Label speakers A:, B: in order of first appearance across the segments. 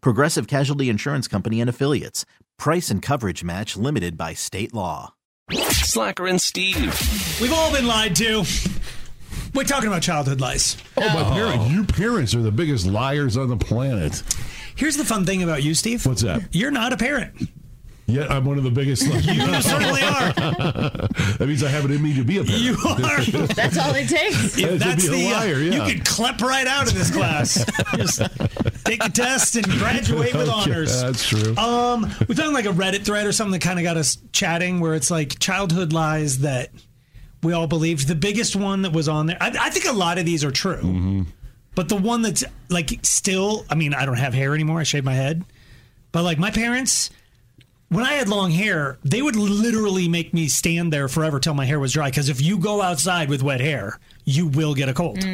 A: Progressive Casualty Insurance Company and Affiliates. Price and coverage match limited by state law.
B: Slacker and Steve.
C: We've all been lied to. We're talking about childhood lies.
D: Oh, my parents! You parents are the biggest liars on the planet.
C: Here's the fun thing about you, Steve.
D: What's that?
C: You're not a parent.
D: Yet I'm one of the biggest. Liars.
C: You certainly are.
D: that means I have it in me to be a parent.
C: You are.
E: That's all it takes.
D: Yeah, to
C: That's
D: be a
C: the uh,
D: liar, yeah.
C: You can clip right out of this class. Just take a test and graduate with
D: Okay,
C: honors.
D: That's true.
C: Um, we found like a Reddit thread or something that kind of got us chatting, where it's like childhood lies that we all believed. The biggest one that was on there, I, I think a lot of these are true, but the one that's like still, I mean, I don't have hair anymore. I shave my head, but like my parents. When I had long hair, they would literally make me stand there forever till my hair was dry. Because if you go outside with wet hair, you will get a cold.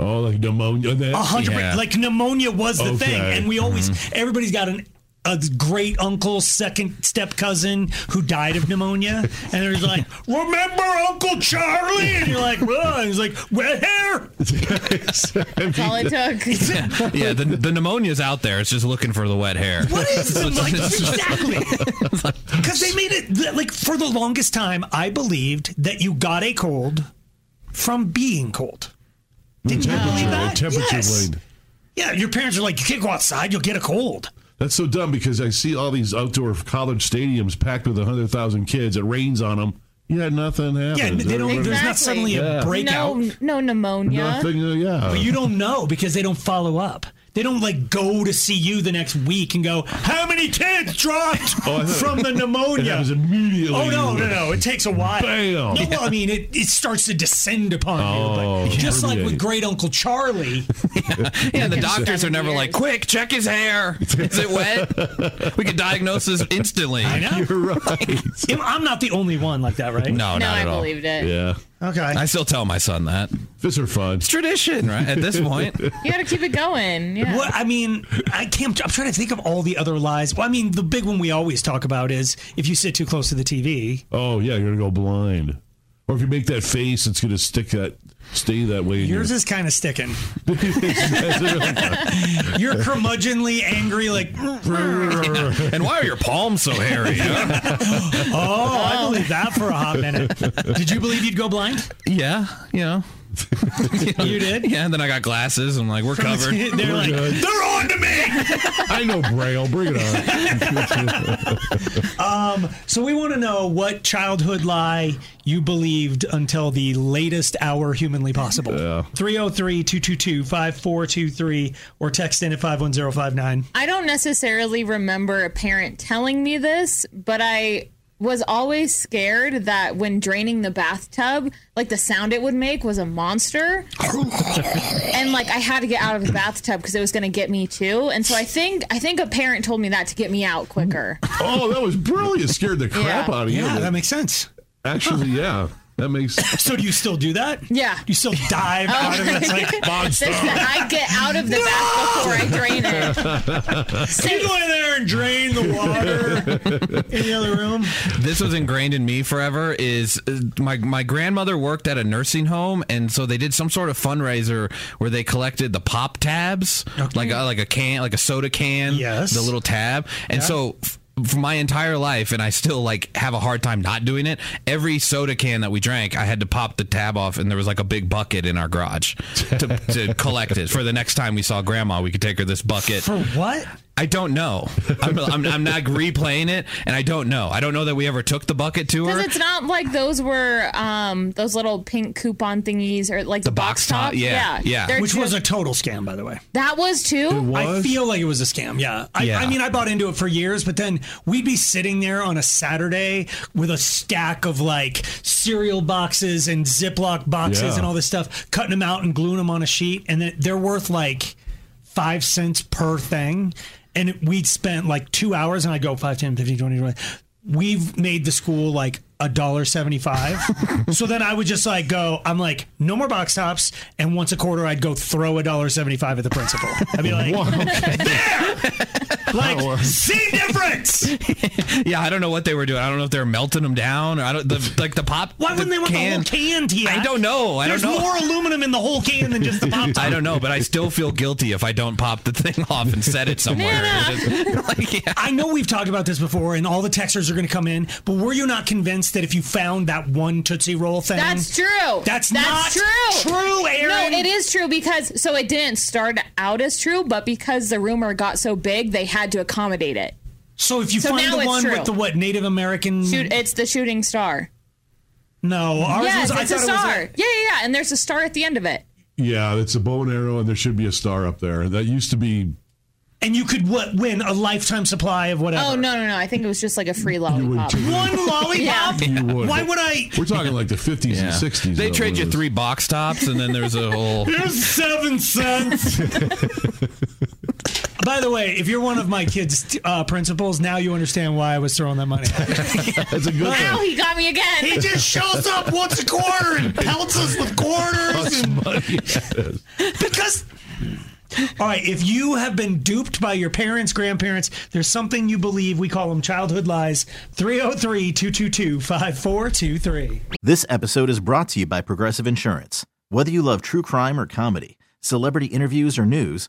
D: oh, like pneumonia. That,
C: A hundred
D: Yeah.
C: percent. Like pneumonia was the
D: Okay. Mm-hmm.
C: thing, and we always everybody's got an. A great uncle, second step cousin who died of pneumonia, and they're just like, "Remember Uncle Charlie?" And you're like, "Well," he's like, "Wet hair."
E: That's all it took.
F: Yeah, the, the pneumonia's out there. It's just looking for the wet hair.
C: What is the like exactly? Because they made it like for the longest time, I believed that you got a cold from being cold. Did you
D: Mm-hmm. temperature,
C: believe that?
D: temperature
C: yes.
D: blade.
C: Yeah, your parents are like, "You can't go outside; you'll get a cold."
D: That's so dumb because I see all these outdoor college stadiums packed with hundred thousand kids. It rains on them. Yeah, nothing happens.
C: Yeah, they don't, there's not
E: Exactly.
C: suddenly
D: Yeah.
C: a breakout.
E: No, no pneumonia.
D: Nothing. uh, yeah.
C: But you don't know because they don't follow up. They don't like go to see you the next week and go, "How many kids dropped
D: Oh, I thought-
C: from the
D: It
C: pneumonia?"
D: happens immediately.
C: Oh no, no, no! It takes a while.
D: Bam.
C: No, well, I mean, it, it starts to descend upon
D: Oh,
C: you, but just like
D: permeate.
C: with Great Uncle Charlie,
F: Yeah, the doctors are never like,
E: years.
F: quick, check his hair. Is it wet? we could diagnose this instantly.
C: I know.
D: You're right.
C: I'm not the only one like that, right?
F: No,
E: no,
F: not
E: I
F: at all.
E: believed it.
D: yeah.
C: Okay.
F: I still tell my son that.
D: Fists are fun.
F: It's tradition, right? At this point.
E: You got to keep it going. Yeah.
C: What I mean, I can't. I'm trying to think of all the other lies. Well, I mean, the big one we always talk about is if you sit too close to the TV,
D: Oh yeah, you're gonna go blind. Or if you make that face, it's gonna stick that stay that way. in
C: Yours
D: your-
C: is kind of sticking.
D: That's it.
C: You're curmudgeonly angry, like, oh,
F: And why are your palms so hairy? huh?
C: I believe that for a hot minute. Did you believe you'd go blind?
F: yeah, you know.
C: You did?
F: Yeah, and then I got glasses. I'm like, we're covered.
C: They're like, they're on to me.
D: I know Braille. Bring it on.
C: So we want to know what childhood lie you believed until the latest hour humanly possible. 303 222 5423 or text in at 51059.
E: I don't necessarily remember a parent telling me this, but I was always scared that when draining the bathtub, like the sound it would make was a monster. and like I had to get out of the bathtub because it was going to get me too. And so I think I think a parent told me that to get me out quicker.
D: oh, that was brilliant. Scared the crap
E: Yeah.
D: out of you.
C: Yeah, that makes sense.
D: Actually, yeah, that makes.
C: So do you still do that?
E: Yeah. Oh,
C: You still dive out of it? It's like,
E: There's that I get out of the bath before I drain it.
C: you go in there and drain the water in the other room.
F: this was ingrained in me forever is uh, my my grandmother worked at a nursing home and so they did some sort of fundraiser where they collected the pop tabs like a, like a can like a soda can
C: Yes.
F: the little tab and so f- for my entire life and I still like have a hard time not doing it every soda can that we drank I had to pop the tab off and there was like a big bucket in our garage to, to collect it for the next time we saw grandma we could take her this bucket
C: For what?
F: I don't know. I'm, I'm, I'm not replaying it, and I don't know. I don't know that we ever took the bucket to her.
E: Because it's not like those were um those little pink coupon thingies or like the,
F: box top, yeah, yeah.
E: They're
C: Which
E: ju-
C: was a total scam, by the way.
E: that was too.
C: I feel like it was a scam. Yeah. I,
F: Yeah.
C: I mean, I bought into it for years, but then we'd be sitting there on a Saturday with a stack of like cereal boxes and Ziploc boxes
D: Yeah.
C: and all this stuff, cutting them out and gluing them on a sheet. And then they're worth like five cents per thing. And it- we'd spent like two hours, and I go 5, 10, 15, 20, 20. We've made the school like a dollar seventy-five. so then I would just like go. I'm like, no more box tops. And once a quarter, I'd go throw a dollar seventy-five at the principal. I'd be like, like, see difference.
F: yeah, I don't know what they were doing. I don't know if they were melting them down or I don't the, like the pop.
C: Why wouldn't they want the whole can? Tia?
F: I don't know. I don't
C: There's
F: know.
C: more aluminum in the whole can than just the pop.
F: I don't know, but I still feel guilty if I don't pop the thing off and set it somewhere. It just- like, yeah.
C: I know we've talked about this before, and all the texters are going to come in. But were you not convinced that if you found that one Tootsie Roll thing,
E: That's true.
C: That's,
E: That's
C: not
E: true.
C: True, Aaron.
E: No, it is true because so it didn't start out as true, but because the rumor got so big, they had to accommodate it.
C: Mm-hmm. So if you
E: So
C: find
E: now
C: the
E: it's
C: one
E: true.
C: with the what Native American,
E: Shoot, it's the shooting star.
C: no, ours
E: Yes,
C: was,
E: it's
C: I
E: a
C: thought
E: star.
C: it was.
E: yeah, yeah, yeah, and there's a star at the end of it.
D: Yeah, it's a bow and arrow, and there should be a star up there. That used to be.
C: A, and you could what win a lifetime supply of whatever.
E: Oh no, no, no! I think it was just like a free
D: wouldn't
E: lollipop.
D: do
C: one lollipop.
D: You would.
C: Why would I?
D: We're talking like the 50s and 60s.
F: They
D: though,
F: trade
D: when it
F: you
D: was-
F: three box tops, and then there's a whole.
C: Here's seven cents. By the way, if you're one of my kids' uh, principals, now you understand why I was throwing that money.
D: That's a good
E: Ow,
D: thing.
E: he got me again.
C: just shows up once a quarter and pelts us with quarters. and- because. All right, if you have been duped by your parents, grandparents, there's something you believe. We call them childhood lies. 303 222 5423.
A: This episode is brought to you by Progressive Insurance. Whether you love true crime or comedy, celebrity interviews or news,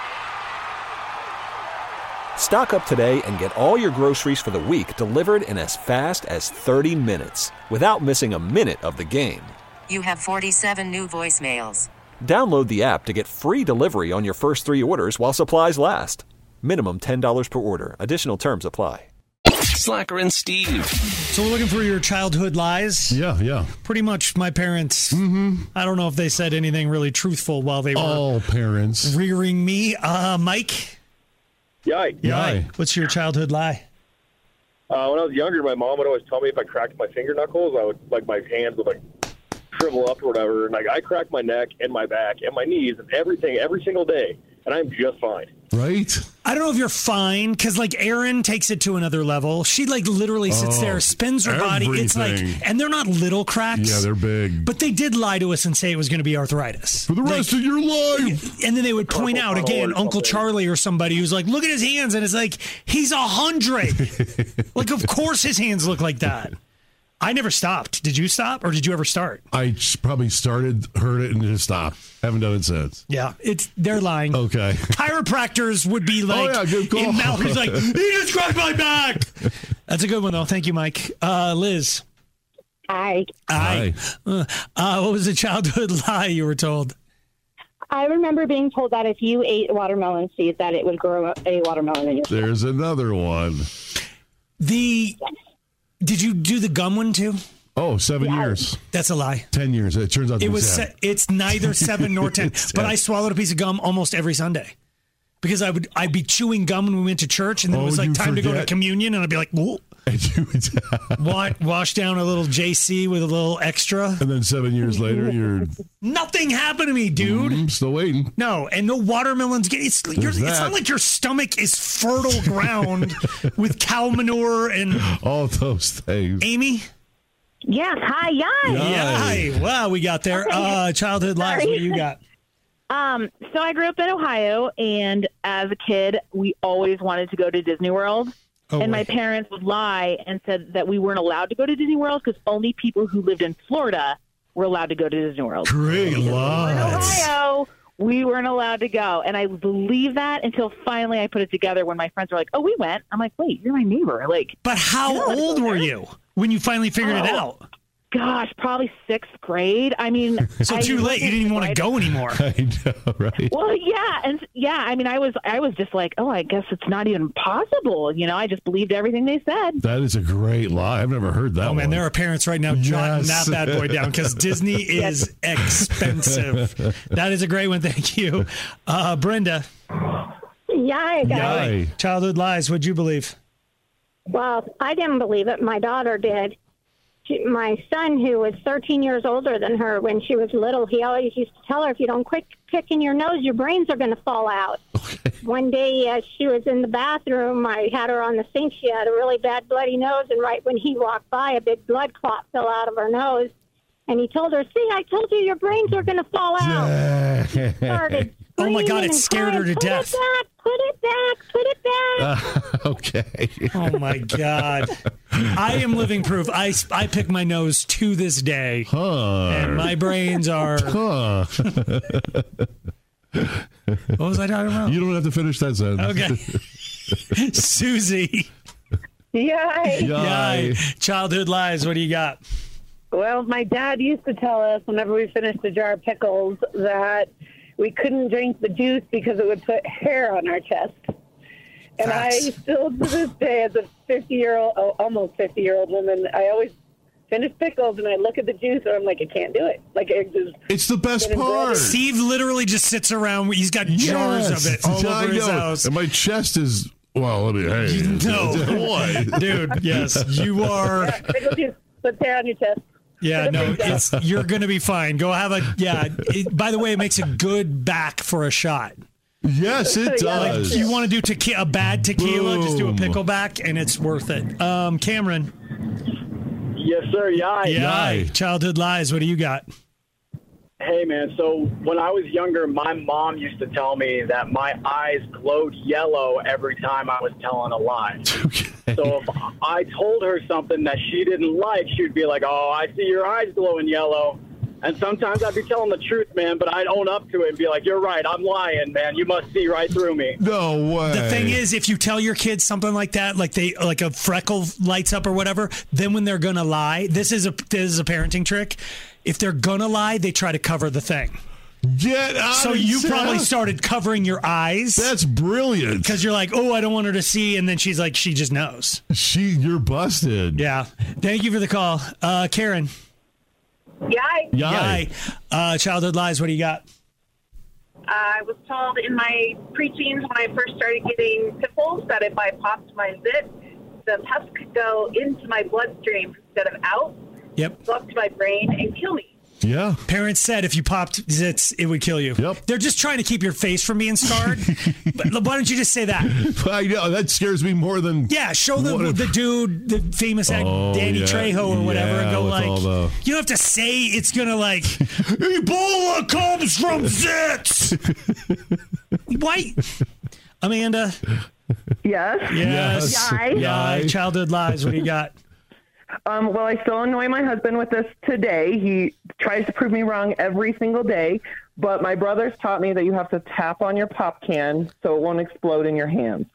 G: Stock up today and get all your groceries for the week delivered in as fast as 30 minutes without missing a minute of the game.
H: You have 47 new voicemails.
G: Download the app to get free delivery on your first three orders while supplies last. Minimum $10 per order. Additional terms apply.
B: Slacker and Steve.
C: So we're looking for your childhood lies.
D: Yeah, yeah.
C: Pretty much my parents.
D: Mm-hmm.
C: I don't know if they said anything really truthful while they were
D: All parents.
C: rearing me. Uh, Mike,
I: Yikes.
D: Yeah.
C: what's your childhood lie?
I: Uh, when I was younger, my mom would always tell me if I cracked my finger knuckles, I would like my hands would like shrivel up or whatever. And like I cracked my neck and my back and my knees and everything every single day, and I'm just fine.
D: Right?
C: I don't know if you're fine because like Erin takes it to another level. She like literally sits
D: Oh,
C: there, spins her body. It's like,
D: everything.
C: and they're not little cracks.
D: Yeah, they're big.
C: But they did lie to us and say it was going to be arthritis.
D: For the rest of your life.
C: And then they would point
I: Carpal
C: out
I: tunnel
C: again
I: or
C: Uncle
I: something.
C: Charlie or somebody who's like, look at his hands, and it's like he's a hundred. like, of course his hands look like that. I never stopped. Did you stop, or did you ever start?
D: I s- probably started, heard it, and just stopped. Haven't done it since.
C: Yeah, it's they're lying.
D: Okay.
C: chiropractors would be like,
D: Oh. yeah, good call.
C: in mouth, he's like, he just cracked my back. That's a good one, though. Thank you, Mike. Uh, Liz,
I: I
C: I, uh, uh, what was the childhood lie you were told?
I: I remember being told that if you ate watermelon seed, that it would grow a watermelon in your.
D: There's another one.
C: The did you do the gum one too?
D: Oh, seven years.
C: That's a lie.
D: Ten years. It turns out to
C: It
D: be
C: was.
D: seven.
C: Se- it's neither seven nor ten.
D: It's
C: but
D: sad.
C: I swallowed a piece of gum almost every Sunday because I would I'd be chewing gum when we went to church, and then
D: Oh,
C: it was like
D: you
C: time to go to
D: forget.
C: communion, and I'd be like, Whoa. Wa- wash down a little JC with a little extra.
D: and then seven years later, you're
C: Nothing happened to me, dude.
D: I'm still waiting.
C: No, and no watermelons. Get it's you're,
D: Mm-hmm. There's
C: it's
D: that.
C: not like your stomach is fertile ground with cow manure and
D: All those things.
C: Amy.
J: Yes. Hi. Yai.
C: Yai. Wow, we got there. Uh, childhood lives. What do you got?
J: Um, so I grew up in Ohio, and as a kid, we always wanted to go to Disney World.
C: Oh,
J: and my
C: wait.
J: parents would lie and said that we weren't allowed to go to Disney World because only people who lived in Florida were allowed to go to Disney World.
D: Great lies.
J: Ohio, we weren't allowed to go. And I believe that until finally I put it together when my friends were like, "Oh, we went." I'm like, "Wait, you're my neighbor." Like,
C: But how old were you when you finally figured it
J: Oh.
C: out?
J: gosh, probably sixth grade. I mean,
C: So
J: I
C: too late. You didn't even want to go anymore.
D: I know, right?
J: Well, yeah, and yeah, I mean, I was, I was just like, oh, I guess it's not even possible, you know. I just believed everything they said.
D: That is a great lie. I've never heard that
C: Oh man, there are parents right now jotting
D: Yes.
C: that bad boy down because Disney is expensive. That is a great one. Thank you, uh, Brenda.
K: Yay, guys.
D: Yay.
C: Childhood lies. What'd you believe?
K: Well, I didn't believe it. My daughter did. She, my son, who was 13 years older than her when she was little, he always used to tell her, if you don't quit picking your nose, your brains are going to fall out. One day, as she was in the bathroom, I had her on the sink. She had a really bad bloody nose, and right when he walked by, a big blood clot fell out of her nose. And he told her, see, I told you your brains are going to fall out. Started
C: Oh my God,
K: screaming
C: it
K: and
C: scared her
K: crying,
C: to
K: "Put it back, Put it back,
C: death. Uh,
K: put it back.
D: okay.
C: Oh my God. I am living proof. I, I pick my nose to this day. And my brains are.
D: Huh. what
C: was I talking about?
D: You don't have to finish that sentence.
C: Okay. Susie.
E: Yay.
C: Yay. Childhood lies. What do you got?
E: Well, my dad used to tell us whenever we finished a jar of pickles that we couldn't drink the juice because it would put hair on our chest. And I still, to this day, as a 50 year old, oh, almost 50 year old woman, I always finish pickles and I look at the juice and I'm like, I can't do it. Like, it just.
D: It's the best
E: Get involved.
D: part.
C: Steve literally just sits around. He's got jars of it all
D: I
C: over his
D: know.
C: house.
D: And my chest is well. Let me. Hey,
C: No.
D: what,
C: Dude, yes, you are.
E: Pickle juice puts hair on your chest.
C: Yeah, no, it's, you're going to be fine. Go have a. Yeah. It, by the way, it makes a good back for a shot.
D: Yes, it
C: Like,
D: does.
C: you want to do tequi- a bad tequila, just do a
D: Boom.
C: pickleback, and it's worth it. Um, Cameron.
L: Yes, sir. Yai.
C: Yeah. Childhood lies. What do you got?
L: Hey, man. So when I was younger, my mom used to tell me that my eyes glowed yellow every time I was telling a lie. So if I told her something that she didn't like, she'd be like, "Oh, I see your eyes glowing yellow." And sometimes I'd be telling the truth, man, but I'd own up to it and be like, "You're right. I'm lying, man. You must see right through me."
D: No way.
C: The thing is, if you tell your kids something like that, like they like a freckle lights up or whatever, then when they're gonna lie, this is a this is a parenting trick. If they're gonna lie, they try to cover the thing.
D: Get out
C: So
D: of
C: you
D: town.
C: probably started covering your eyes. That's
D: brilliant.
C: Because you're like, oh, I don't want her to see, and then she's like, she just knows.
D: She, you're busted.
C: Yeah. Thank you for the call, uh, Karen.
M: Yay.
C: Yay. Uh, childhood lies. What do you got?
M: I was told in my preteens when I first started getting piffles that if I popped my zit, the pus could go into my bloodstream instead of out,
C: Yep.
M: go up to my brain, and kill me.
D: Yeah.
C: Parents said if you popped zits, it would kill you. Yep. They're just trying to keep your face from being scarred. but why don't you just say that?
D: I know that scares me more than
C: Yeah, show the
D: What a-
C: the dude, the famous act,
D: Oh,
C: Danny
D: yeah.
C: Trejo or whatever, and
D: Yeah,
C: go
D: with
C: like,
D: all the-
C: you don't have to say it's gonna like Ebola comes from zits. Why, Amanda?
E: Yes.
C: Yes. Yeah. Childhood lies. What do you got?
E: Um, well, I still annoy my husband with this today. He tries to prove me wrong every single day, but my brothers taught me that you have to tap on your pop can so it won't explode in your hands.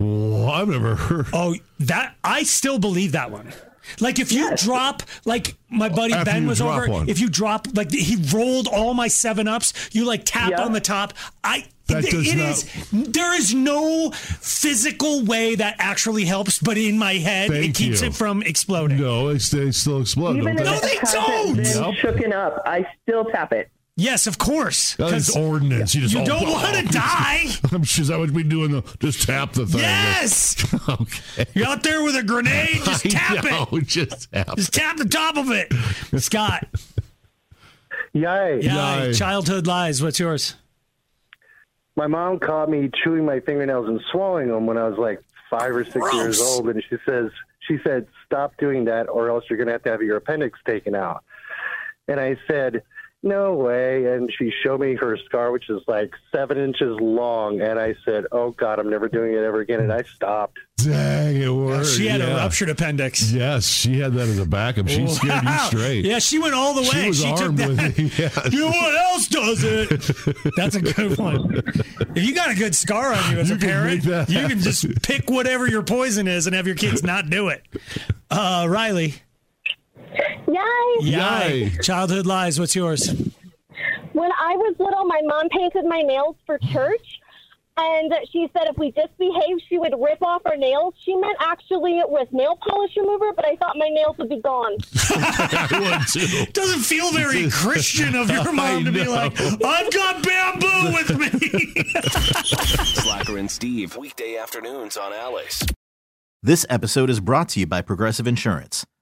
D: Well, I've never heard.
C: Oh, that I still believe that one. Like if you drop, like my buddy
D: After
C: Ben
D: you
C: was
D: drop
C: over.
D: one.
C: If you drop, like he rolled all my seven ups. You like tap on the top. I
D: That does
C: it
D: not-
C: is- There is no physical way that actually helps, but in my head, it
D: Thank
C: keeps
D: you.
C: it from exploding.
D: No, it's, they still explode.
C: Even
D: don't
C: if
D: they?
C: it's No, they don't!
D: Yep.
N: Shooken up. I still tap it.
C: Yes, of course.
D: That is ordinance. You, just,
C: You don't wanna die.
D: I'm sure is that would be doing the just tap the thing.
C: Yes!
D: okay.
C: You're out there with a grenade, just
D: I
C: tap
D: know,
C: it.
D: Just tap.
C: Just tap the top of it. Scott.
O: Yay.
C: Yeah. Childhood lies. What's yours?
O: My mom caught me chewing my fingernails and swallowing them when I was like five or six years old, and she says she said stop doing that or else you're going to have to have your appendix taken out. And I said no way, and she showed me her scar, which is like seven inches long, and I said oh god, I'm never doing it ever again, and I stopped.
D: Dang, it worked.
C: She had a
D: yeah.
C: ruptured appendix.
D: Yes, she had that as a backup. She scared you
C: Wow.
D: straight.
C: Yeah, she went all the way.
D: She was
C: She took
D: armed
C: that-
D: with it. Yes.
C: You know what else does it? That's a good one. If you got a good scar on you as a parent,
D: that
C: you can just pick whatever your poison is and have your kids not do it. Uh, Riley.
P: Yay!
C: Yay. Childhood lies. What's yours?
P: When I was little, my mom painted my nails for church, and she said if we disbehaved, she would rip off our nails. She meant actually it was nail polish remover, but I thought my nails would be gone.
C: Doesn't feel very Christian of your mom to be like, I've got bamboo with me.
B: Slacker and Steve, weekday afternoons on Alice.
A: This episode is brought to you by Progressive Insurance.